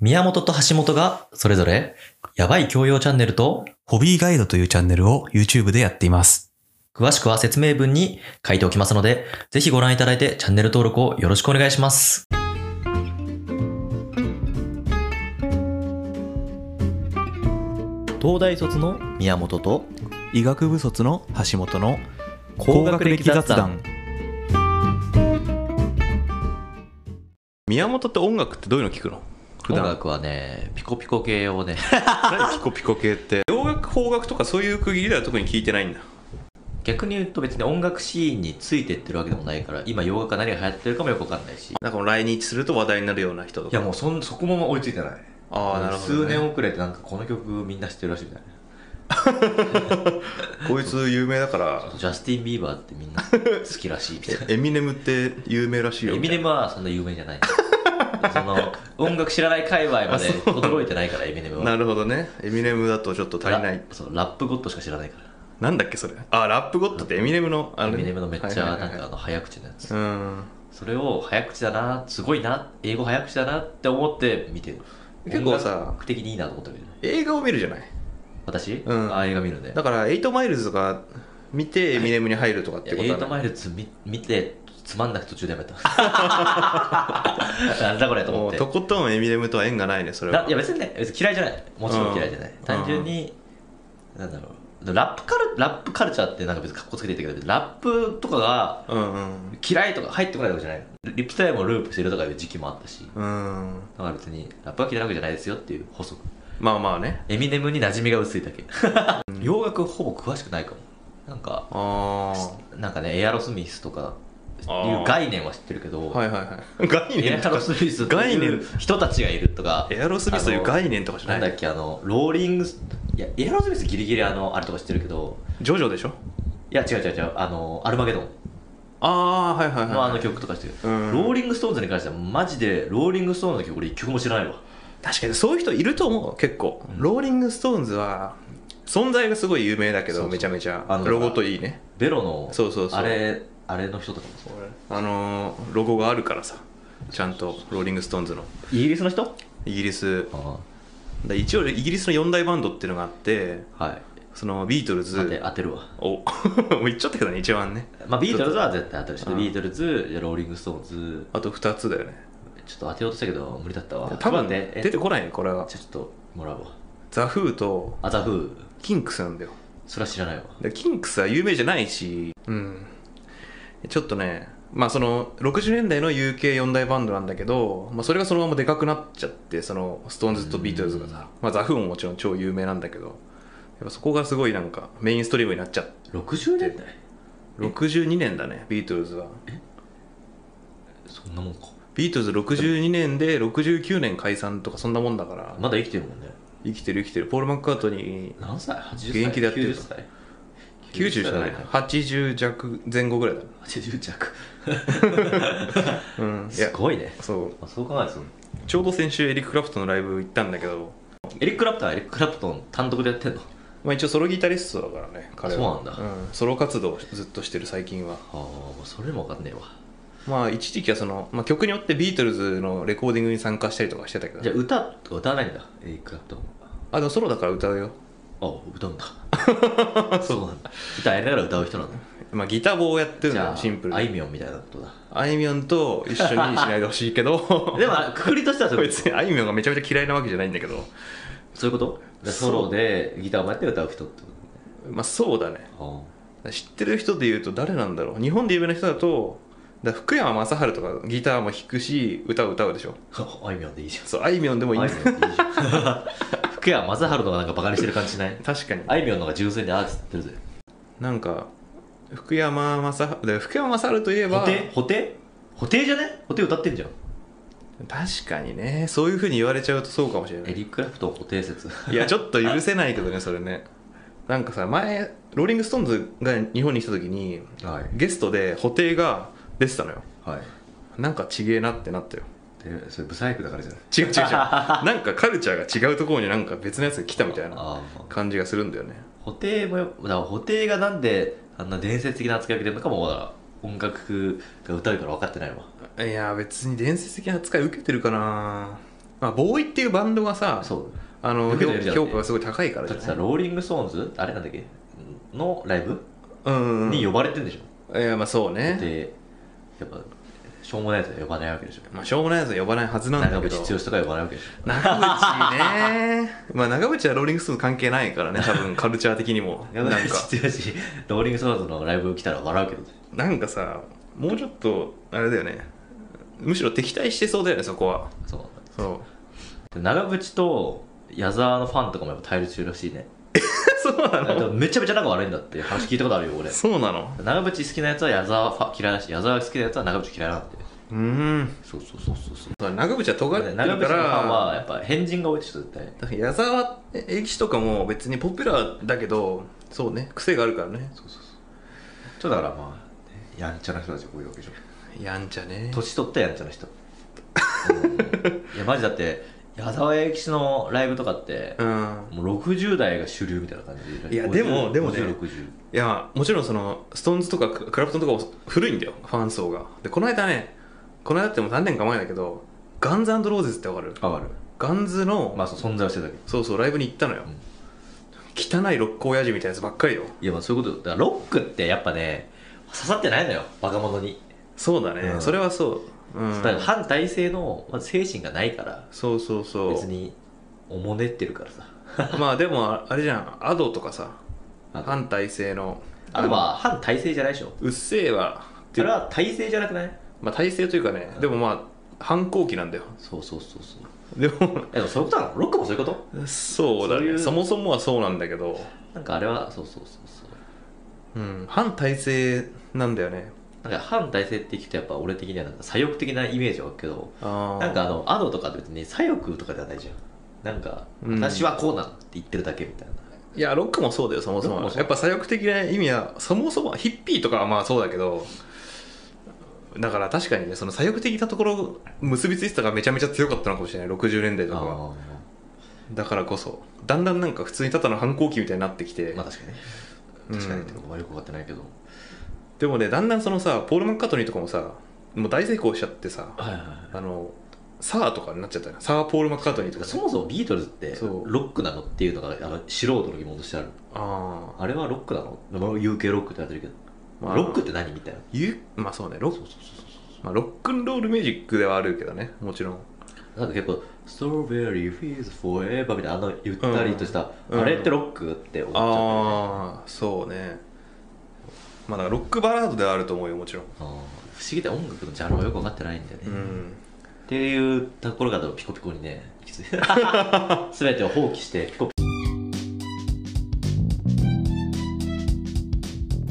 宮本と橋本がそれぞれ、やばい教養チャンネルと、ホビーガイドというチャンネルを YouTube でやっています。詳しくは説明文に書いておきますので、ぜひご覧いただいてチャンネル登録をよろしくお願いします。東大卒の宮本と、医学部卒の橋本の高学歴雑談。宮本って音楽ってどういうの聞くの普音段楽はね、ピコピコ系をね、 何ピコピコ系って洋楽邦楽とかそういう区切りでは特に聞いてないんだ逆に言うと別に音楽シーンについてってるわけでもないから、今洋楽が何が流行ってるかもよくわかんないし。いなんかもう来日すると話題になるような人とかやもうそんそこも追いついてない。ああなるほど、数ね、年遅れてなんかこの曲みんな知ってるらしいみたいな。こいつ有名だから。ジャスティン・ビーバーってみんな好きらしいみ たいなエミネムって有名らしいよエミネムはそんな有名じゃない。その音楽知らない界 隈まで驚いてないから、エミネムは。なるほどねエミネムだとちょっと足りないラそうラップゴッドしか知らないから。なんだっけそれあラップゴッドってエミネムのあれエミネムのめっちゃはいはいなんはいはいかあの早口のやつ。うんそれを早口だな、すごいな、英語早口だなって思って見てる。結構さ音楽的にいいなと思って見る。映画を見るじゃない私、うんああ映画見るねだ。から8マイルズとか見てエミネムに入るとかっいてやことエイはトないマイルズ見見てつまんなくて途中でや めた。なんだこれと思もっうてと。ことんエミネムとは縁がないねそれはないや別にね別に嫌いじゃないもちろん嫌いじゃない、うん単純に、なんだろうラップカルラップカルチャーってなんか別に格好つけて言ったけどラップとかがうんうん嫌いとか入ってこないわけじゃないリップタイムをループしてるとかいう時期もあったしうんだから別にラップが嫌いなわけじゃないですよっていう補足まあまあねエミネムに馴染みが薄いだけ 洋楽ほぼ詳しくないかもなんかああなんかねエアロスミスとかいあーう概念は知ってるけど、はいはいはい。概エ念アとロか。スミスと概い念う人たちがいるとかエアロスミスという概念とかじなゃんなだい。っけあのローリングスいやエアロスミスギリギリあのあれとか知ってるけどジョジョでしょいや違う違う違うあのアルマゲドンああ、はいはいのあはの曲とか知ってる、うんローリングストーンズに関してはマジでローリングストーンズの曲俺一曲も知らないわい。確かにそういう人いると思う、結構。ローリング・ストーンズは、存在がすごい有名だけそうど、そうめちゃめちゃあの。ロゴといいね。ベロのそうそうそうあれあれの人とかもそうあのー、ロゴがあるからさ。ちゃんと、ローリング・ストーンズの。イギリスの人イギリス。あで一応、イギリスの4大バンドっていうのがあって、あはいその、ビートルズ当。て当てるわお もう言っちゃったけどね、一番ね。まあビートルズは絶対当てるしうんビートルズいやローリングストーンズあと2つだよね。ちょっと当てようとしたけど無理だったわ多ちょ分っと待ってねえ、出てじゃこないよ、これはあ。ちょっともらうわザ・フーと、アザフーキンクスなんだよ。それは知らないわでキンクスは有名じゃないし、うん、ちょっとね、まあ、その60年代の UK4 大バンドなんだけど、まあ、それがそのままでかくなっちゃってそのストーンズとビートルズがさ、まあ、ザ・フーももちろん超有名なんだけどやっぱそこがすごいなんかメインストリームになっちゃって60年代62年だねビートルズはそんなもんかビートルズ62年で69年解散とかそんなもんだからまだ生きてるもんね生きてる生きてるポール・マッカートニー何歳 ?80 歳現役でやってる90歳90じゃない80弱前後ぐらいだ、 80着うん、 いすやごいねそうあそう考えるとちょうど先週エリック・クラプトンのライブ行ったんだけどエリック・クラプトンはエリック・クラプトン単独でやってんのまあ、一応ソロギタリストだからね彼はそうなんだソロ活動をずっとしてる最近はああそれも分かんねえわまあ一時期はその、まあ、曲によってビートルズのレコーディングに参加したりとかしてたけじゃあど歌とか歌わないんだエリック・クラプトンあでもソロだから歌うよ、あ歌うんだ そうなんだ歌やりながら歌う人なんだまあ、ギター棒をやってるじのゃよシンプルああいにみょんみたいなことだあいみょんと一緒にしないでほしい けどでもあくくりとしてはそういうこ 別にあいみょんがめちゃめちゃ嫌いなわけじゃないんだけど、とそういうことでソロでギターをやって歌う人ってこまあ、そうだねと知ってる人でいうと誰なんだろう日本で有名な人だとだから福山雅治とかギターも弾くし歌を歌うでしょあああいみょんでいいじゃそうあいみょんでもいいんんあいだみょんでいいじゃん福山雅治のがなんかバカにしてる感じしない確かにあいみょんの方が純粋でアーティストってるぜなんか福山雅治で福山雅治といえば補定確補定補定じゃね補定歌ってんじゃんかにねそういうふうに言われちゃうとそうかもしれなエいリック・クラプトン固定説いやちょっと許せないけどねそれねなんかさ前ローリング・ストーンズが日本に来た時にはいゲストで布袋が出てたのよはいなんかちげえなってなったよでそれブサイクだからじゃない違う違う違 うなんかカルチャーが違うところになんか別のやつが来たみたいなあ感じがするんだよねあ補定もよだから補定がなんであんな伝説的な扱いを受けてるのかもだから音楽が歌うから分かってないわいや別に伝説的な扱い受けてるかなまあ、ボーイっていうバンドがさそうあの受けて評るじゃん評価がすごい高いからだっじゃてさないローリング・ストーンズあれなんだっけのライブうんに呼ばれてんでしょ、いやまあそうねでやっぱしょうもないやつは呼ばないわけでしょまあしょうもないやつは呼ばないはずなんだ長けど渕剛とか呼ばないわけでしょ長 渕ねまあ長渕はローリングストーンズ関係ないからね多分カルチャー的にもな長んか渕剛ローリング・ストーンズのライブ来たら笑うけどなんかさもうちょっとあれだよねむしろ敵対してそうだよねそこはそうなんだそう で長渕と矢沢のファンとかもやっぱ対立中らしい ねそうなだからのめちゃめちゃ仲悪いんだっていう話聞いたことあるよ俺そうなの長渕好きなやつは矢沢ファ嫌いだし矢沢が好きなやつは長渕嫌いなんでうーんそうそうそうそうそうそう長渕は尖ってるから長渕のファンはやっぱ変人が多いでしょ絶対だから矢沢永吉とかも別にポピュラーだけどそうね癖があるからねちょっとだからまあやんちゃな人たちが多いわけでしょやんちゃね年取ったやんちゃな人うんいやマジだって矢沢永吉のライブとかってうんもう60代が主流みたいな感じいやでもでもね5060いやもちろんそのストーンズとかククラプトンとかも古いんだよファン層がでこの間ねこの間ってもう何年か前だけどガンズローゼズってわかる変わるガンズの、まあそう存在はしてたけどそうそうライブに行ったのよ、うん汚い六甲親父みたいなやつばっかりよいやまあそういうことよだからロックってやっぱね刺さってないのよ若者に、そうだね、うんそれはそう、うんだから反体制の、まず精神がないからそうそうそう別におもねってるからさまあでもああれじゃんアドとかさあ反体制のあとは反体制じゃないでしょうっせえわってあいうれは体制じゃなくないまあ体制というかね、でもまあ反抗期なんだよそうそうそうそうでもえでもそういうことなのロックもそういうことそうだそうねいうそもそもはそうなんだけど、なんかあれはそうそうそうそううん、反体制なんだよねなんか反体制って聞くとやっぱ俺的にはなんか左翼的なイメージはあるけどあーなんかあのアドとかって別に左翼とかではないじゃんなんかうん私はこうなのって言ってるだけみたいないやロックもそうだよそもそロックももそうやっぱ左翼的な意味はそもそもヒッピーとかはまあそうだけどだから確かにねその左翼的なところ結びついてたからめちゃめちゃ強かったのかもしれない60年代とかはあだからこそだんだんなんか普通にただの反抗期みたいになってきて、ーまあ確かにねうん確かにっていうかまあよくわかってないけど、でもねだんだんそのさポール・マッカートニーとかもさもう大成功しちゃってさはいはいはいあのサーとかになっちゃったよサー・ポール・マッカートニーとかそもそもビートルズってそうロックなのっていうのがあの素人の疑問としてあるああれはロックなのまあ UK ロックって言われてるけど、まあロックって何みたいなゆまあそうねロそうッ,、そうそうそまあ、ロックンロールミュージックではあるけどねもちろんうなんか結構「ストロベリーフィーズフォーエバー」みたいなあのゆったりとした、うんあれってロックって思っちゃったよねああそうねまあだからロックバラードではあると思うよもちろんあー不思議で音楽のジャンルはよく分かってないんだよね、うっんていうところがピコピコにね行き着いて全てを放棄してピコピ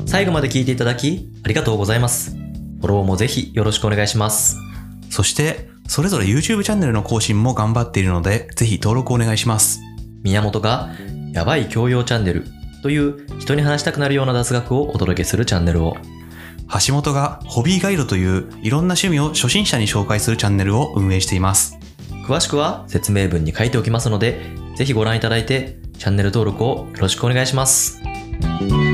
最後まで聞いていただきありがとうございます。フォローもぜひよろしくお願いします。そして、それぞれ YouTube チャンネルの更新も頑張っているので、ぜひ登録お願いします。宮本がやばい教養チャンネルという人に話したくなるような雑学をお届けするチャンネルを橋本がホビーガイドといういろんな趣味を初心者に紹介するチャンネルを運営しています。詳しくは説明文に書いておきますのでぜひご覧いただいてチャンネル登録をよろしくお願いします。コ